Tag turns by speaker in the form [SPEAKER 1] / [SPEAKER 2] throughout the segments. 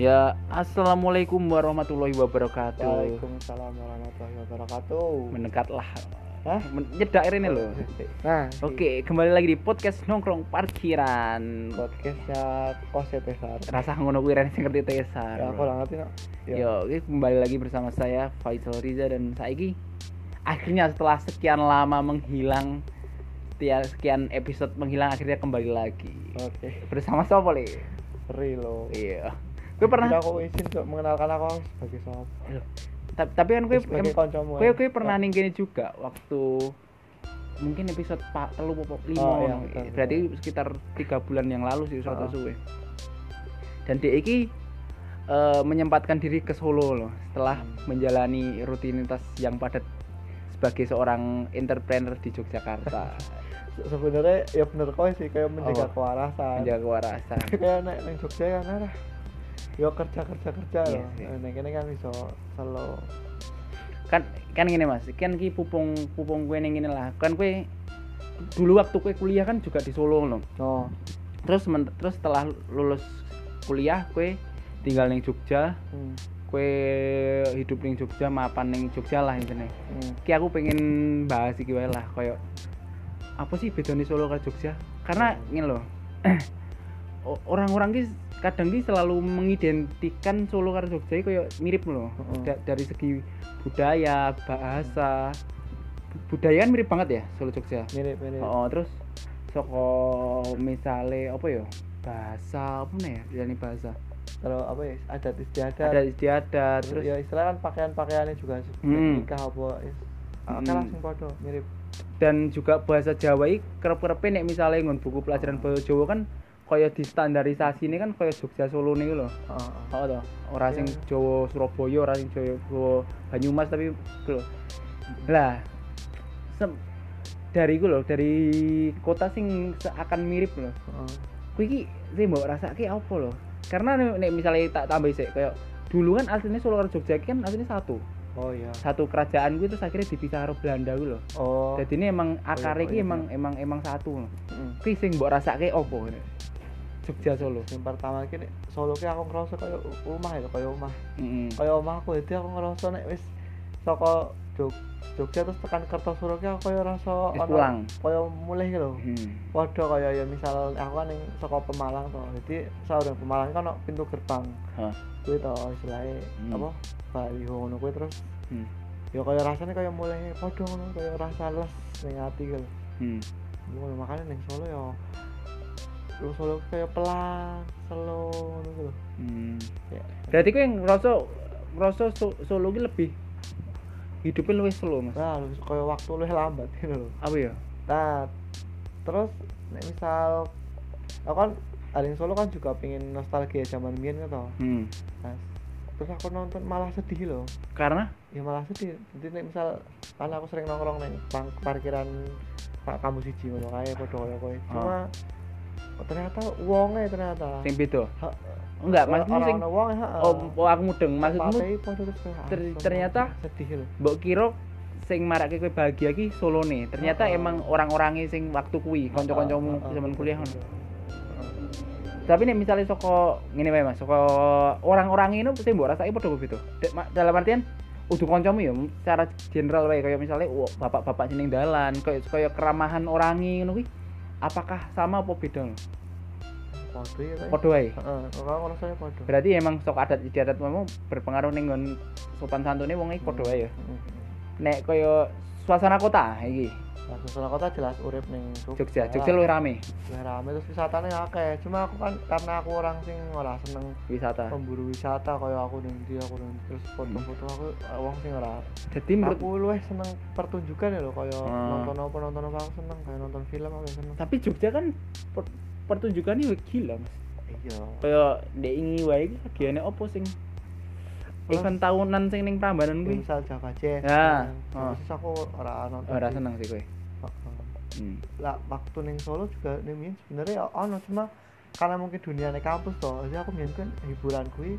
[SPEAKER 1] Ya, assalamualaikum warahmatullahi wabarakatuh.
[SPEAKER 2] Waalaikumsalam warahmatullahi wabarakatuh.
[SPEAKER 1] Mendekatlah.
[SPEAKER 2] Hah?
[SPEAKER 1] Men- Nyedak ini loh.
[SPEAKER 2] Nah, di
[SPEAKER 1] Oke, kembali lagi di podcast nongkrong parkiran.
[SPEAKER 2] podcastnya kos ya Tesar.
[SPEAKER 1] Rasa ngono kuwi rene sing ngerti
[SPEAKER 2] Ya
[SPEAKER 1] Tesar.
[SPEAKER 2] aku orang ngerti nak. Ya.
[SPEAKER 1] Yo, oke, kembali lagi bersama saya Faisal Riza dan Saiki. Akhirnya setelah sekian lama menghilang setia- sekian episode menghilang akhirnya kembali lagi.
[SPEAKER 2] Oke,
[SPEAKER 1] Bersama siapa, Le?
[SPEAKER 2] free lo.
[SPEAKER 1] Iya. Gue pernah
[SPEAKER 2] Jadi aku izin untuk mengenalkan aku sebagai sob.
[SPEAKER 1] Loh, ta- tapi kan gue em-
[SPEAKER 2] Sebagai ya. kancamu.
[SPEAKER 1] Kue kue pernah ning kene juga waktu mungkin episode pak telu apa lima
[SPEAKER 2] Oh, iya,
[SPEAKER 1] ngono.
[SPEAKER 2] betul,
[SPEAKER 1] berarti sekitar tiga bulan yang lalu sih suatu
[SPEAKER 2] Oh.
[SPEAKER 1] suwe dan dia iki eh, menyempatkan diri ke Solo loh setelah
[SPEAKER 2] Hmm.
[SPEAKER 1] menjalani rutinitas yang padat sebagai seorang entrepreneur di Yogyakarta
[SPEAKER 2] Se- Sebenarnya ya bener kau sih kayak menjaga
[SPEAKER 1] Oh.
[SPEAKER 2] kewarasan.
[SPEAKER 1] menjaga kewarasan
[SPEAKER 2] Kayak naik nang Jogja kan nah. Yo kerja kerja kerja
[SPEAKER 1] Iya
[SPEAKER 2] loh.
[SPEAKER 1] sih.
[SPEAKER 2] Nah, Nek ini kan iso selo.
[SPEAKER 1] kan kan gini mas kan ki pupung pupung kue ning ngene lah kan kue dulu waktu kue kuliah kan juga di Solo loh
[SPEAKER 2] Oh,
[SPEAKER 1] terus men- terus setelah lulus kuliah kue tinggal neng Jogja
[SPEAKER 2] hmm.
[SPEAKER 1] kue hidup neng Jogja mapan neng Jogja lah intine
[SPEAKER 2] hmm.
[SPEAKER 1] ki aku pengen bahas iki wae lah koyo apa sih bedanya Solo karo Jogja karena ngene loh o- orang-orang ki kadang ki selalu mengidentikan Solo karo Jogja iki koyo mirip loh
[SPEAKER 2] Heeh.
[SPEAKER 1] Da- dari segi budaya bahasa Bu- budaya kan mirip banget ya Solo Jogja
[SPEAKER 2] Mirip mirip.
[SPEAKER 1] Oh, terus soko misale apa ya? Bahasa apa nih ya? Jadi bahasa.
[SPEAKER 2] Kalau apa ya? Adat istiadat.
[SPEAKER 1] Ada istiadat, terus
[SPEAKER 2] terus ya istilah kan pakaian-pakaiannya juga se-
[SPEAKER 1] Hmm.
[SPEAKER 2] nikah apa is
[SPEAKER 1] Hmm.
[SPEAKER 2] kan langsung podo mirip
[SPEAKER 1] dan juga bahasa Jawa iki kerep-kerepe nek misale nggon buku pelajaran bahasa Jawa kan kaya distandarisasi ini kan kaya Jogja Solo niku lho.
[SPEAKER 2] Heeh.
[SPEAKER 1] Oh toh, ora sing
[SPEAKER 2] Iya.
[SPEAKER 1] Jawa Surabaya, ora sing Jawa Jawa Banyumas tapi lho. Lah sem- dari iku lho, dari kota sing seakan mirip lho.
[SPEAKER 2] Heeh.
[SPEAKER 1] kuwi iki sing mbok rasake apa lho? Karena nek- nek misalnya tak tambah sik kayak dulu kan aslinya Solo karo Jogja iki kan aslinya satu.
[SPEAKER 2] oh iya
[SPEAKER 1] Satu kerajaan kuwi terus akhirnya dipisah karo Belanda kuwi lho.
[SPEAKER 2] oh
[SPEAKER 1] Jadi ini emang akar
[SPEAKER 2] iya,
[SPEAKER 1] iki
[SPEAKER 2] iya.
[SPEAKER 1] emang emang emang satu. lho.
[SPEAKER 2] heeh.
[SPEAKER 1] Kuwi sing mbok rasake apa? Nek? Jogja Solo.
[SPEAKER 2] yang pertama kini Solo ki aku ngerasa kaya u- rumah ya kaya rumah
[SPEAKER 1] Heeh.
[SPEAKER 2] kaya rumah aku jadi aku ngerasa nek wis saka Jog Jogja terus tekan Kertosuro ki aku kaya rasa
[SPEAKER 1] Wis
[SPEAKER 2] ono-
[SPEAKER 1] pulang.
[SPEAKER 2] kaya mulih ki lho
[SPEAKER 1] Heeh.
[SPEAKER 2] Waduh kaya ya misal aku kan yang saka Pemalang to. Jadi saurung Pemalang kan ono pintu gerbang.
[SPEAKER 1] Hah.
[SPEAKER 2] Kuwi to istilahnya
[SPEAKER 1] Hmm.
[SPEAKER 2] apa? Baliho ngono kuwi terus
[SPEAKER 1] Hmm.
[SPEAKER 2] ya kaya rasanya kaya mulai podo ngono kaya rasa les ning ati gitu
[SPEAKER 1] Hmm.
[SPEAKER 2] mulai makanya ning Solo ya lu Solo kaya pelan slow ngono gitu loh.
[SPEAKER 1] Hmm.
[SPEAKER 2] ya
[SPEAKER 1] Berarti kuwi ngerasa ngerasa So- Solo iki lebih hidupnya luwih slow, Mas.
[SPEAKER 2] nah lu kaya waktu lu lambat gitu loh
[SPEAKER 1] Apa ya?
[SPEAKER 2] nah terus nek misal aku kan hari Solo kan juga pengen nostalgia zaman biyen gitu
[SPEAKER 1] Hmm.
[SPEAKER 2] nah, terus aku nonton malah sedih loh
[SPEAKER 1] Karena
[SPEAKER 2] ya malah sedih jadi nek misal karena aku sering nongkrong nih pang- parkiran pak kamu siji ngono kae padha kaya kowe
[SPEAKER 1] Ah.
[SPEAKER 2] cuma oh, ternyata uangnya ternyata
[SPEAKER 1] sing beda.
[SPEAKER 2] Ha-
[SPEAKER 1] Enggak, maksudmu
[SPEAKER 2] orang
[SPEAKER 1] sing
[SPEAKER 2] ana uang ha
[SPEAKER 1] Oh, oh, aku mudeng. Maksudmu
[SPEAKER 2] Patei padha terus kayak, ah,
[SPEAKER 1] ter-
[SPEAKER 2] sono.
[SPEAKER 1] ternyata-
[SPEAKER 2] sedih lho
[SPEAKER 1] mbok kira sing marake kowe bahagia ki solo nih. Ternyata
[SPEAKER 2] Heeh.
[SPEAKER 1] emang orang-orangnya sing waktu kuwi, kanca-kancamu
[SPEAKER 2] Ah, ah,
[SPEAKER 1] zaman
[SPEAKER 2] ah,
[SPEAKER 1] kuliah
[SPEAKER 2] ah.
[SPEAKER 1] ngono. Tapi nek misalnya saka ngene wae Mas, saka orang-orang ini sing mbok rasake padha beda. Dek- ma- Dalam artian udah kancamu ya secara general wae kaya misalnya wah, bapak-bapak jeneng dalan, kaya kaya keramahan orangi ngono kuwi. Apakah sama apa beda?
[SPEAKER 2] padha ya
[SPEAKER 1] Padha wae.
[SPEAKER 2] heeh ora ngrasane ya padha
[SPEAKER 1] Berarti emang sok adat istiadat mau berpengaruh ning nggon sopan santune wong iki padha wae ya.
[SPEAKER 2] Heeh, heeh.
[SPEAKER 1] nek kaya suasana kota iki
[SPEAKER 2] Nah, Suasana kota jelas urip ning
[SPEAKER 1] Jogja
[SPEAKER 2] Ah.
[SPEAKER 1] Jogja luwih rame
[SPEAKER 2] Luwih rame terus wisatane akeh. Cuma aku kan karena aku orang sing ora seneng
[SPEAKER 1] wisata
[SPEAKER 2] pemburu wisata kaya aku ning ndi aku ning ndi. terus foto-foto aku eh, wong sing ora
[SPEAKER 1] jadi menurut
[SPEAKER 2] aku luwih seneng pertunjukan ya lho kaya
[SPEAKER 1] Hmm.
[SPEAKER 2] nonton apa nonton apa aku seneng kaya nonton film aku seneng
[SPEAKER 1] tapi Jogja kan per, pertunjukannya wih gila mas
[SPEAKER 2] iya
[SPEAKER 1] kaya dek ingi wae iki lagiyane opo sing
[SPEAKER 2] Plus-
[SPEAKER 1] event tahunan sing ning Prambanan
[SPEAKER 2] Ya,
[SPEAKER 1] kuwi
[SPEAKER 2] misal Java Jazz
[SPEAKER 1] Ya, oh.
[SPEAKER 2] nah, terus aku ora nonton
[SPEAKER 1] ora
[SPEAKER 2] sih.
[SPEAKER 1] seneng sih kowe
[SPEAKER 2] Heeh.
[SPEAKER 1] hmm.
[SPEAKER 2] lah waktu neng Solo juga neng Mien sebenarnya ya ono cuma karena mungkin dunia neng kampus toh jadi aku Mien kan hiburan kui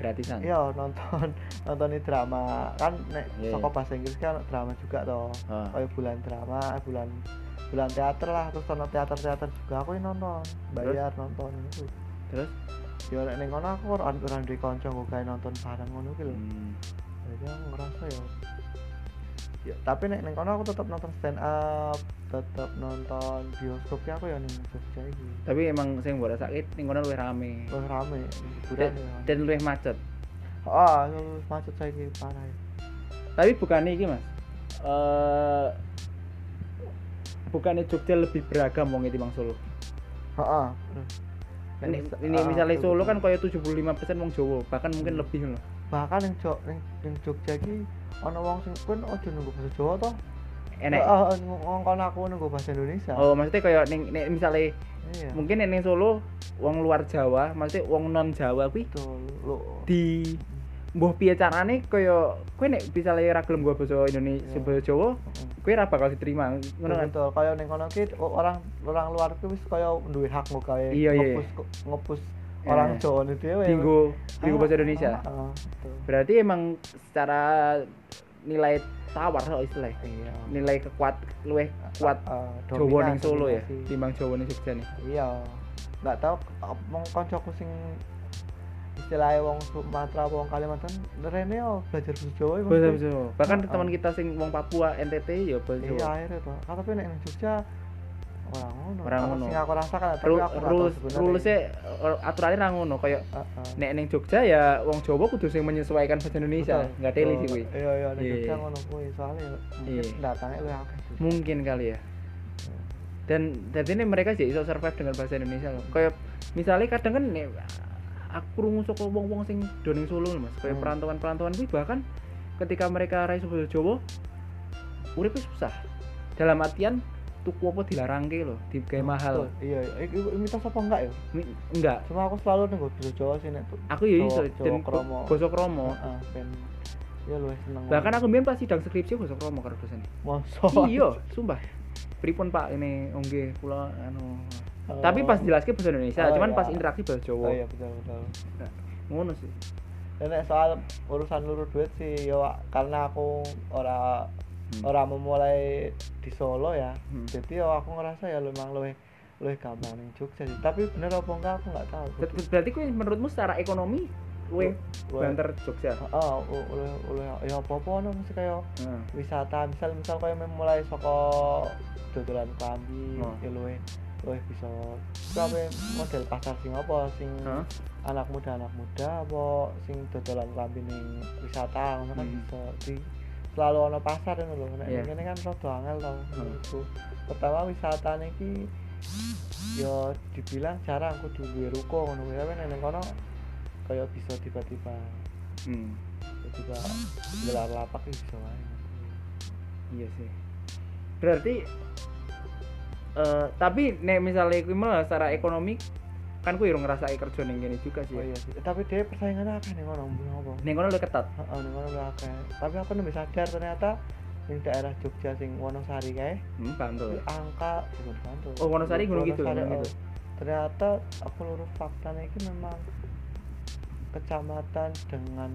[SPEAKER 1] gratisan
[SPEAKER 2] ya nonton nontonin drama kan nek
[SPEAKER 1] Iya,
[SPEAKER 2] saka
[SPEAKER 1] iya.
[SPEAKER 2] bahasa Inggris kan drama juga toh
[SPEAKER 1] Ah.
[SPEAKER 2] kayak bulan drama eh, bulan bulan teater lah terus nonton teater teater juga aku yang nonton bayar nonton itu
[SPEAKER 1] terus
[SPEAKER 2] ya nek ning kono aku ora ora duwe kanca nggo gawe nonton bareng ngono kuwi lho
[SPEAKER 1] hmm.
[SPEAKER 2] jadi aku ngerasa ya ya tapi nek ning kono aku tetap nonton stand up tetap nonton bioskop ya aku ya ning Jogja iki
[SPEAKER 1] tapi emang sing mbok rasake ning kono luwih rame
[SPEAKER 2] wis rame
[SPEAKER 1] dan,
[SPEAKER 2] hiburan ya
[SPEAKER 1] dan luwih macet
[SPEAKER 2] ah terus macet saiki parah ya.
[SPEAKER 1] tapi bukannya iki mas eh bukannya Jogja lebih beragam wong timbang Solo
[SPEAKER 2] heeh Nek
[SPEAKER 1] ini,
[SPEAKER 2] mis-
[SPEAKER 1] ini
[SPEAKER 2] ah, Hmm.
[SPEAKER 1] misalnya
[SPEAKER 2] betul,
[SPEAKER 1] Solo
[SPEAKER 2] betul.
[SPEAKER 1] kan kaya 75% wong Jawa bahkan mungkin lebih loh
[SPEAKER 2] bahkan ning Jog ning ning Jogja iki ana wong sing pun aja nunggu bahasa Jawa toh.
[SPEAKER 1] enek
[SPEAKER 2] Heeh, ngomong kono oh, aku nunggu bahasa Indonesia.
[SPEAKER 1] oh maksudnya kaya ning nek misalnya
[SPEAKER 2] Iya.
[SPEAKER 1] mungkin nek ning Solo wong luar Jawa maksudnya wong non Jawa kuwi
[SPEAKER 2] Betul. Lo
[SPEAKER 1] di mbuh piye carane kaya kowe nek misalnya ora gelem gua basa Indonesia
[SPEAKER 2] Iya.
[SPEAKER 1] basa Jawa kowe ora bakal diterima ngono kan
[SPEAKER 2] Betul, kaya ning kono ki o- orang orang luar ki wis kaya duwe hak mau gawe
[SPEAKER 1] Iya, iya.
[SPEAKER 2] ngepus ngepus
[SPEAKER 1] Eh,
[SPEAKER 2] orang Jawa ini dhewe.
[SPEAKER 1] dinggo dinggo
[SPEAKER 2] Ah,
[SPEAKER 1] bahasa Indonesia
[SPEAKER 2] ah, ah, betul.
[SPEAKER 1] berarti emang secara nilai tawar kalau istilah
[SPEAKER 2] Iya.
[SPEAKER 1] nilai kekuat luweh kuat
[SPEAKER 2] Ah,
[SPEAKER 1] Jawa
[SPEAKER 2] dominan,
[SPEAKER 1] ning Solo ya
[SPEAKER 2] dominasi.
[SPEAKER 1] timbang Jawa ning Jogja nih
[SPEAKER 2] Iya. Enggak tahu k- mong kancaku sing istilahnya wong Sumatera apa wong Kalimantan rene yo belajar bahasa Jawa ya,
[SPEAKER 1] bahasa
[SPEAKER 2] maksudnya.
[SPEAKER 1] Jawa bahkan
[SPEAKER 2] Ah,
[SPEAKER 1] teman kita sing wong Papua NTT ya bahasa
[SPEAKER 2] Iya
[SPEAKER 1] Jawa
[SPEAKER 2] akhirnya tuh. Ah, tapi nek ning Jogja orang ngono.
[SPEAKER 1] Ora
[SPEAKER 2] Apa
[SPEAKER 1] ngono.
[SPEAKER 2] Sing aku rasakan tapi
[SPEAKER 1] Ru-
[SPEAKER 2] aku nggak tahu
[SPEAKER 1] rules
[SPEAKER 2] sebenarnya.
[SPEAKER 1] rulesnya eh, aturannya ra ngono kaya
[SPEAKER 2] Heeh.
[SPEAKER 1] nek ning Jogja ya wong Jawa kudu sing menyesuaikan bahasa Indonesia
[SPEAKER 2] Betul.
[SPEAKER 1] nggak teli sih
[SPEAKER 2] Betul.
[SPEAKER 1] kuwi
[SPEAKER 2] Iya iya nek
[SPEAKER 1] Iya.
[SPEAKER 2] Jogja ngono kuwi soalnya mungkin
[SPEAKER 1] Iya.
[SPEAKER 2] datangnya lebih akeh. sih.
[SPEAKER 1] mungkin kali ya dan dan ini mereka sih bisa survive dengan bahasa Indonesia loh kayak misalnya kadang kan nih, aku rungu saka wong-wong sing doning Solo lho, Mas kayak
[SPEAKER 2] Hmm.
[SPEAKER 1] perantauan-perantauan kuwi bahkan ketika mereka raih bahasa Jawa uripnya susah dalam artian tuku apa dilarangke loh digawe mahal
[SPEAKER 2] Betul. Iya iya. Iku iku mitos apa enggak ya?
[SPEAKER 1] Mi- enggak
[SPEAKER 2] Cuma aku selalu nunggu bahasa Jawa sih nek tuh.
[SPEAKER 1] aku ya
[SPEAKER 2] Jawa-
[SPEAKER 1] iso
[SPEAKER 2] Jawa
[SPEAKER 1] dan
[SPEAKER 2] kromo.
[SPEAKER 1] basa kromo
[SPEAKER 2] Heeh, ben ya luwih seneng.
[SPEAKER 1] bahkan kan aku mbiyen pas sidang skripsi basa kromo karo dosen
[SPEAKER 2] Masa?
[SPEAKER 1] iya sumpah pripun Pak ini onge kula anu
[SPEAKER 2] Oh.
[SPEAKER 1] tapi pas jelaske bahasa Indonesia
[SPEAKER 2] Oh,
[SPEAKER 1] cuman
[SPEAKER 2] iya.
[SPEAKER 1] pas interaksi bahasa Jawa
[SPEAKER 2] Oh iya betul betul.
[SPEAKER 1] Nah, ngono sih
[SPEAKER 2] Dan nek soal urusan luru duit sih ya Wak, karena aku ora
[SPEAKER 1] Hmm.
[SPEAKER 2] ora memulai di Solo ya.
[SPEAKER 1] Hmm.
[SPEAKER 2] Jadi ya aku ngerasa ya memang luwih luwih gampang ning Jogja sih. Tapi bener apa enggak aku nggak tahu.
[SPEAKER 1] Ber- ber- berarti kuwi menurutmu secara ekonomi luwe
[SPEAKER 2] Luwe.
[SPEAKER 1] banter Jogja
[SPEAKER 2] Heeh, u- luwih luwih ya apa-apa ono mesti kaya
[SPEAKER 1] Heeh.
[SPEAKER 2] wisata. Misal misal kaya memulai saka dodolan klambi,
[SPEAKER 1] Oh.
[SPEAKER 2] ya luwih luwih bisa sampai model pasar sing apa sing
[SPEAKER 1] Hah?
[SPEAKER 2] anak muda anak muda apa sing dodolan klambi ning wisata ngono kan
[SPEAKER 1] Hmm.
[SPEAKER 2] bisa di selalu ono pasar ngono lho nek
[SPEAKER 1] Iya. Hmm.
[SPEAKER 2] ngene kan rada angel to menurutku pertama wisata niki ya dibilang jarang kudu duwe ruko ngono kuwi tapi nek ning kono kaya bisa tiba-tiba
[SPEAKER 1] Hmm,
[SPEAKER 2] tiba-tiba gelar lapak iki bisa wae
[SPEAKER 1] iya sih berarti eh tapi nek misalnya kuwi malah secara ekonomi kan kuwi urung ngrasake kerja ning kene juga sih
[SPEAKER 2] oh iya sih tapi dia persaingannya akeh ning kono mbuh apa
[SPEAKER 1] ning kono luwih ketat
[SPEAKER 2] heeh ning kono udah akeh tapi aku nembe sadar ternyata ning daerah Jogja sing Wonosari kae
[SPEAKER 1] hmm, bantul
[SPEAKER 2] Di angka Gunung Kidul.
[SPEAKER 1] Oh, Wonosari, Gunung Kidul,
[SPEAKER 2] Wonosari,
[SPEAKER 1] Gunung Kidul.
[SPEAKER 2] oh. ternyata aku lurus faktanya ini memang kecamatan dengan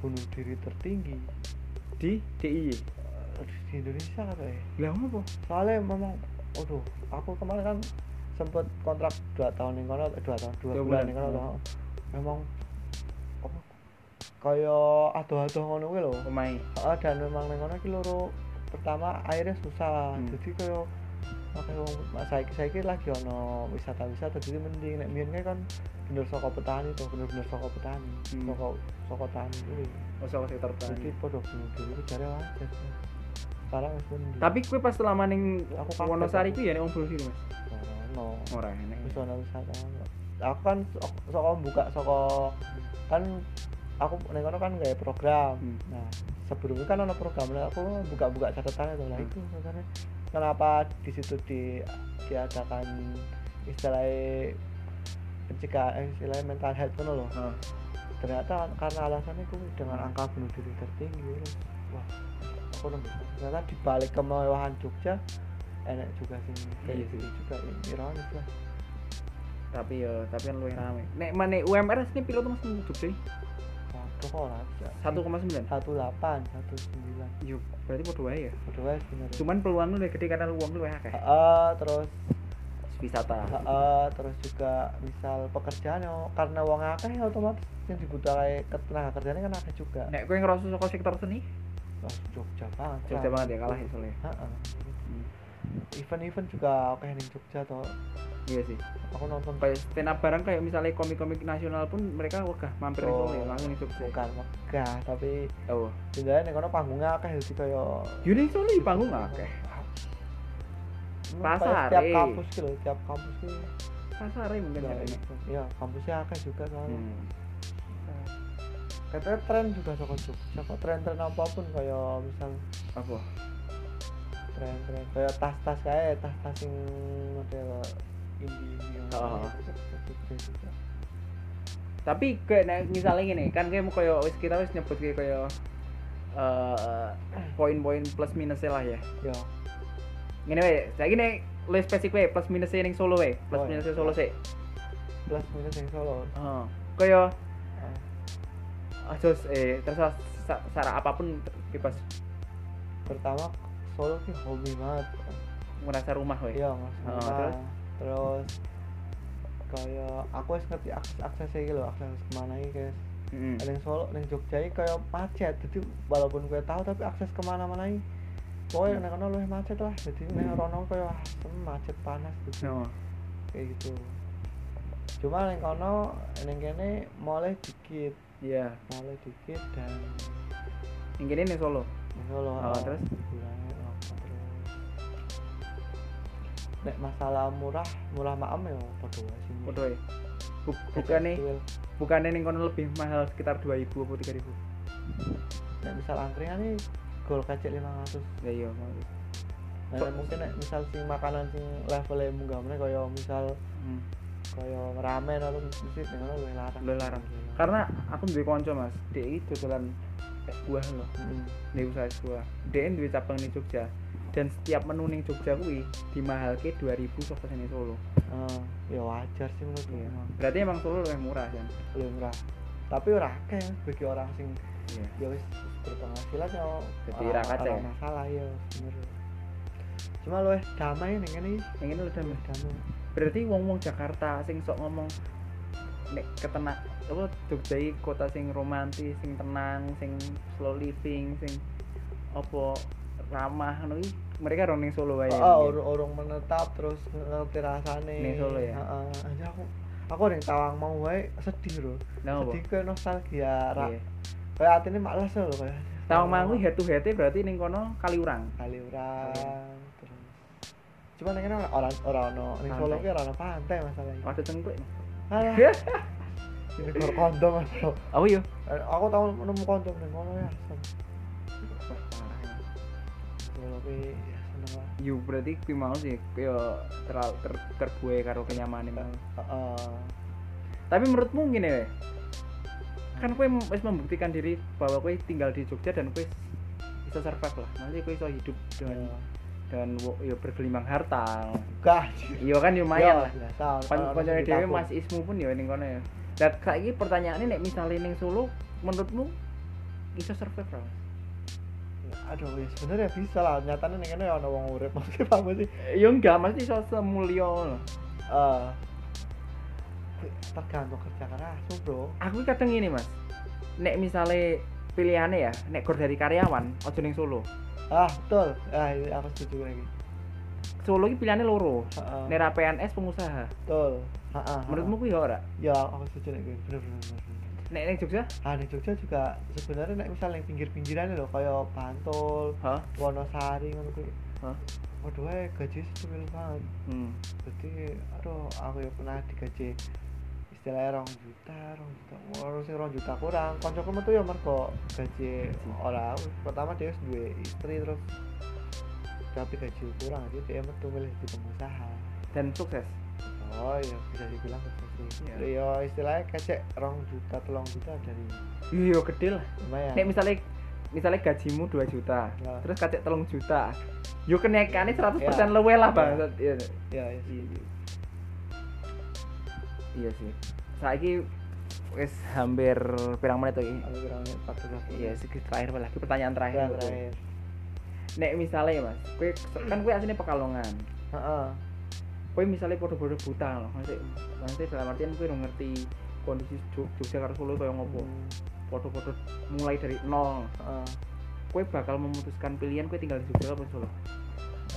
[SPEAKER 2] bunuh diri tertinggi
[SPEAKER 1] di DIY
[SPEAKER 2] eh, di Indonesia katanya
[SPEAKER 1] lah apa
[SPEAKER 2] soalnya memang aduh aku kemarin kan sempet kontrak dua tahun di kono eh, dua tahun dua
[SPEAKER 1] Dua
[SPEAKER 2] bulan
[SPEAKER 1] bulan.
[SPEAKER 2] di kono toh. memang apa kaya adoh-adoh ngono kuwi lho
[SPEAKER 1] pemain
[SPEAKER 2] Heeh, Ah, dan memang neng kono iki loro pertama airnya susah
[SPEAKER 1] Hmm.
[SPEAKER 2] jadi kaya makanya wong saiki saiki lagi ono wisata wisata jadi mending nek biyen kae kan bener saka petani tuh bener bener saka petani
[SPEAKER 1] Hmm.
[SPEAKER 2] saka saka tani kuwi
[SPEAKER 1] usaha sektor
[SPEAKER 2] jadi
[SPEAKER 1] petani
[SPEAKER 2] podo bunuh diri ku jare wajar sekarang wis mending
[SPEAKER 1] tapi kuwi pas selama ning
[SPEAKER 2] Aku kaget,
[SPEAKER 1] Wonosari
[SPEAKER 2] aku.
[SPEAKER 1] kuwi ya nek wong bunuh diri, Mas
[SPEAKER 2] ono
[SPEAKER 1] ora enak
[SPEAKER 2] wis ono wisata aku kan sok- saka buka saka kan aku neng kono kan kayak program
[SPEAKER 1] Hmm.
[SPEAKER 2] nah sebelumnya kan ada program nah, aku buka-buka catatannya tuh lah
[SPEAKER 1] Hmm.
[SPEAKER 2] itu catatannya kenapa di situ di diadakan istilahnya pencegahan eh, istilahnya mental health itu loh
[SPEAKER 1] Heeh.
[SPEAKER 2] ternyata karena alasannya aku dengan
[SPEAKER 1] Hmm.
[SPEAKER 2] angka bunuh diri tertinggi terus, wah aku nembus ternyata dibalik kemewahan Jogja enak juga sih
[SPEAKER 1] Iya
[SPEAKER 2] kayak gitu
[SPEAKER 1] sih.
[SPEAKER 2] juga ironis lah
[SPEAKER 1] tapi yo tapi kan luwih rame nek mana UMR sini pilot mas nang Jogja
[SPEAKER 2] waktu kok lah
[SPEAKER 1] satu koma sembilan
[SPEAKER 2] satu delapan satu sembilan
[SPEAKER 1] yo berarti podo wae ya
[SPEAKER 2] berdua sebenarnya
[SPEAKER 1] cuman peluangnya lebih gede karena uang lebih akeh
[SPEAKER 2] Heeh, terus
[SPEAKER 1] wisata
[SPEAKER 2] Heeh, terus juga misal pekerjaan yo karena wong akeh ya otomatis yang dibutuhkan ketenaga kerjanya kan akeh juga.
[SPEAKER 1] nek kowe ngerasa saka sektor seni
[SPEAKER 2] Wah, Jogja banget.
[SPEAKER 1] Jogja banget ya kalah ya soalnya
[SPEAKER 2] Heeh.
[SPEAKER 1] Hmm.
[SPEAKER 2] Event-event juga akeh ning Jogja toh.
[SPEAKER 1] iya sih
[SPEAKER 2] Aku nonton
[SPEAKER 1] kayak stand up bareng kayak misalnya komik-komik nasional pun mereka wegah mampir oh.
[SPEAKER 2] Oh.
[SPEAKER 1] Solo ya, langsung itu
[SPEAKER 2] bukan megah tapi
[SPEAKER 1] oh
[SPEAKER 2] tinggalnya ning kono panggungnya akeh gitu yo.
[SPEAKER 1] Yuni Solo di panggung akeh Pasar,
[SPEAKER 2] Tiap
[SPEAKER 1] eh.
[SPEAKER 2] kampus gitu, loh, tiap kampus gitu.
[SPEAKER 1] pasar ya mungkin
[SPEAKER 2] Ya,
[SPEAKER 1] ya, ini
[SPEAKER 2] Iya, kampusnya akeh juga soalnya.
[SPEAKER 1] hmm.
[SPEAKER 2] Katanya tren juga saka Jogja kok tren-tren apapun kayak misal
[SPEAKER 1] apa
[SPEAKER 2] tren-tren kayak tas-tas kayak eh, tas-tas yang model indie-indie
[SPEAKER 1] Oh.
[SPEAKER 2] Jogja gitu juga.
[SPEAKER 1] tapi kayak nek misalnya gini kan kayak mau kayak wis kita wis nyebut kayak kayak eh, poin-poin plus minusnya lah ya
[SPEAKER 2] Ya,
[SPEAKER 1] gini wae saya gini lu spesifik wae plus minusnya yang Solo wae plus
[SPEAKER 2] Oh, iya.
[SPEAKER 1] minusnya Solo sih
[SPEAKER 2] plus minus yang solo.
[SPEAKER 1] Heeh. kayak
[SPEAKER 2] Ah.
[SPEAKER 1] aja eh terserah sa- secara apapun bebas
[SPEAKER 2] pertama solo sih hobi banget
[SPEAKER 1] merasa rumah wae
[SPEAKER 2] iya mas
[SPEAKER 1] Heeh,
[SPEAKER 2] Nah,
[SPEAKER 1] terus?
[SPEAKER 2] terus kayak aku harus ngerti akses aksesnya gitu loh akses kemana ini guys
[SPEAKER 1] Mm-mm.
[SPEAKER 2] ada yang solo ada yang jogja ini kayak macet jadi walaupun gue tahu tapi akses kemana-mana ini pokoknya nek kono lu macet lah jadi nek
[SPEAKER 1] Hmm.
[SPEAKER 2] rono kayak wah, sem, macet panas gitu
[SPEAKER 1] No.
[SPEAKER 2] kayak gitu cuma nek kono nek kene mulai dikit
[SPEAKER 1] Iya,
[SPEAKER 2] mulai dikit dan
[SPEAKER 1] yang gini nih Solo.
[SPEAKER 2] Ning Solo
[SPEAKER 1] Oh,
[SPEAKER 2] ah,
[SPEAKER 1] terus?
[SPEAKER 2] hiburannya apa, terus nek masalah murah murah maem ya padha wae sih
[SPEAKER 1] Waduh, ya. Buk bukannya
[SPEAKER 2] Jadwal.
[SPEAKER 1] bukannya nih kono lebih mahal sekitar 2000 atau 3000.
[SPEAKER 2] nek misal angkringan nih gol kecil 500
[SPEAKER 1] Ya iya. mau.
[SPEAKER 2] nah, nek mungkin nek misal sing makanan sing levelnya munggah meneh kaya misal
[SPEAKER 1] Hmm.
[SPEAKER 2] kaya ramen atau mesti ning ngono luwih larang
[SPEAKER 1] Luwih larang. Karena aku duwe konco Mas, dia itu dodolan es buah loh.
[SPEAKER 2] Mm.
[SPEAKER 1] Dia usaha es buah. Dia duwe cabang nih Jogja. Dan setiap menu nih Jogja kuwi dimahalke 2000 saka sini Solo.
[SPEAKER 2] Ah, ya wajar sih menurutku
[SPEAKER 1] Iya.
[SPEAKER 2] yeah.
[SPEAKER 1] Berarti emang Solo lebih murah kan?
[SPEAKER 2] lebih murah tapi ora akeh bagi orang sing
[SPEAKER 1] Iya.
[SPEAKER 2] ya wis berpenghasilan ya
[SPEAKER 1] Jadi
[SPEAKER 2] ora-
[SPEAKER 1] ra kacau.
[SPEAKER 2] ora masalah ya bener cuma lu eh damai nih kan ini
[SPEAKER 1] Yang ini udah
[SPEAKER 2] damai damai
[SPEAKER 1] berarti wong-wong Jakarta sing sok ngomong nek ketenak apa Jogja iki kota sing romantis sing tenang sing slow living sing apa ramah ngono iki mereka orang ning Solo wae
[SPEAKER 2] oh,
[SPEAKER 1] mungkin.
[SPEAKER 2] orang orang menetap terus ngerti rasane
[SPEAKER 1] Ning Solo ya?
[SPEAKER 2] Heeh. Anjir, aku aku ning tawang mau wae sedih lho
[SPEAKER 1] Lah apa?
[SPEAKER 2] sedih kayak nostalgia ra
[SPEAKER 1] Iya.
[SPEAKER 2] kayak atine malas lho kayak
[SPEAKER 1] Tawang Mangu ya? head to head berarti ning kono Kaliurang.
[SPEAKER 2] kali
[SPEAKER 1] Iya.
[SPEAKER 2] orang terus cuma ning kene orang orang ono ning Solo
[SPEAKER 1] Pantai.
[SPEAKER 2] ki ora ono pantai masalah iki
[SPEAKER 1] Waduh cengkrik.
[SPEAKER 2] alah ini gor kondom Mas.
[SPEAKER 1] Oh iya.
[SPEAKER 2] Eh, aku tau nemu kondom ning kono ya asem. Solo ki ya, seneng lah
[SPEAKER 1] Yo berarti kuwi mau sih yo terlalu ter, terbuai karo kenyamanan mau.
[SPEAKER 2] Heeh.
[SPEAKER 1] Tapi menurutmu gini weh. Kan kue wis membuktikan diri bahwa kue tinggal di Jogja dan kue bisa survive lah. Nanti kue bisa hidup dengan
[SPEAKER 2] Iya.
[SPEAKER 1] dan wo- ya bergelimang harta.
[SPEAKER 2] Gah. Ya,
[SPEAKER 1] Iya kan lumayan lah.
[SPEAKER 2] Biasa.
[SPEAKER 1] Pan pancene dhewe
[SPEAKER 2] dewe
[SPEAKER 1] Mas Ismu pun ya ning kono ya. Lah saiki pertanyaannya nek misalnya ning Solo menurutmu bisa survive ra? Mas?
[SPEAKER 2] Aduh, ya sebenarnya bisa lah. Nyatanya ning kene ya ana wong urip. Maksudnya paham gak sih?
[SPEAKER 1] Ya enggak, mesti iso semulya loh.
[SPEAKER 2] Eh. kuwi tergantung kerja keras, Bro.
[SPEAKER 1] Aku kadang ini Mas. Nek misalnya pilihannya ya, nek gor dari karyawan, ojo ning Solo.
[SPEAKER 2] Ah, betul. Ah, ini aku setuju lagi.
[SPEAKER 1] Solo iki pilihannya loro.
[SPEAKER 2] Heeh.
[SPEAKER 1] Nek ra PNS pengusaha.
[SPEAKER 2] Betul. Heeh.
[SPEAKER 1] Menurutmu kuwi ya ora?
[SPEAKER 2] Ya, aku setuju lagi. Bener bener bener. bener.
[SPEAKER 1] Nek ning Jogja?
[SPEAKER 2] Ah, di Jogja juga sebenarnya nek misalnya pinggir-pinggirannya loh, kayak Bantul,
[SPEAKER 1] Hah?
[SPEAKER 2] Wonosari ngono kuwi.
[SPEAKER 1] Hah?
[SPEAKER 2] Waduh, eh, gaji secuil banget.
[SPEAKER 1] Hmm.
[SPEAKER 2] jadi aduh aku ya pernah digaji istilahnya rong juta rong juta orang sing rong juta kurang koncoku metu ya mergo gaji orang pertama dia wis duwe istri terus tapi gaji kurang jadi dia metu milih di pengusaha
[SPEAKER 1] Dan sukses.
[SPEAKER 2] oh ya bisa dibilang sukses sih
[SPEAKER 1] Iya.
[SPEAKER 2] ya istilahnya kecek rong juta telung juta dari
[SPEAKER 1] Iya, gede lah.
[SPEAKER 2] lumayan
[SPEAKER 1] Nek misalnya misalnya gajimu 2 juta,
[SPEAKER 2] Ya.
[SPEAKER 1] terus kacek telung juta. Yo kenaikannya 100%
[SPEAKER 2] Ya.
[SPEAKER 1] luwe lah,
[SPEAKER 2] Ya.
[SPEAKER 1] Bang. Iya.
[SPEAKER 2] ya, ya sih.
[SPEAKER 1] Iya. Iya sih. Saiki wis hampir pirang menit lagi.
[SPEAKER 2] aku kurang lebih 14
[SPEAKER 1] Iya, segi terakhir lagi pertanyaan terakhir.
[SPEAKER 2] terakhir terakhir
[SPEAKER 1] Nek misalnya Mas, kue kan kue aslinya Pekalongan.
[SPEAKER 2] Heeh.
[SPEAKER 1] kowe misalnya podo-podo buta loh nanti nanti dalam artian kowe udah ngerti kondisi Jog- Jogja karo Solo kaya ngopo podo-podo mulai dari nol
[SPEAKER 2] Heeh.
[SPEAKER 1] kowe bakal memutuskan pilihan kowe tinggal di Jogja apa Solo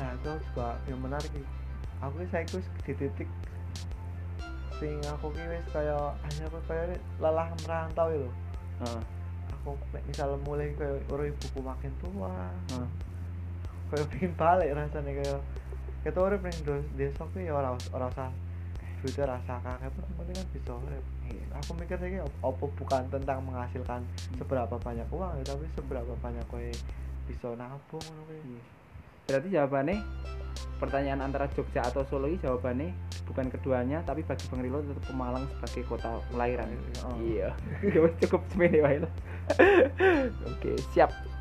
[SPEAKER 2] nah itu juga yang menarik sih aku saya wis di titik sing aku ki wis kaya hanya aku kaya lelah merantau itu
[SPEAKER 1] Heeh.
[SPEAKER 2] aku mek misal mulai kaya urip buku makin tua
[SPEAKER 1] heeh.
[SPEAKER 2] kayak pengen balik rasanya kayak kita orang pengen dos desa ku ya orang orang usah duitnya rasa kakek pun penting kan bisa urip.
[SPEAKER 1] Iya.
[SPEAKER 2] aku mikir ini apa bukan tentang menghasilkan seberapa banyak uang ya tapi seberapa banyak kowe bisa nabung ngono kowe.
[SPEAKER 1] berarti jawabannya pertanyaan antara Jogja atau Solo ini jawabannya bukan keduanya tapi bagi Bang Rilo tetap Pemalang sebagai kota kelahiran
[SPEAKER 2] Heeh.
[SPEAKER 1] iya cukup semene wae lah oke siap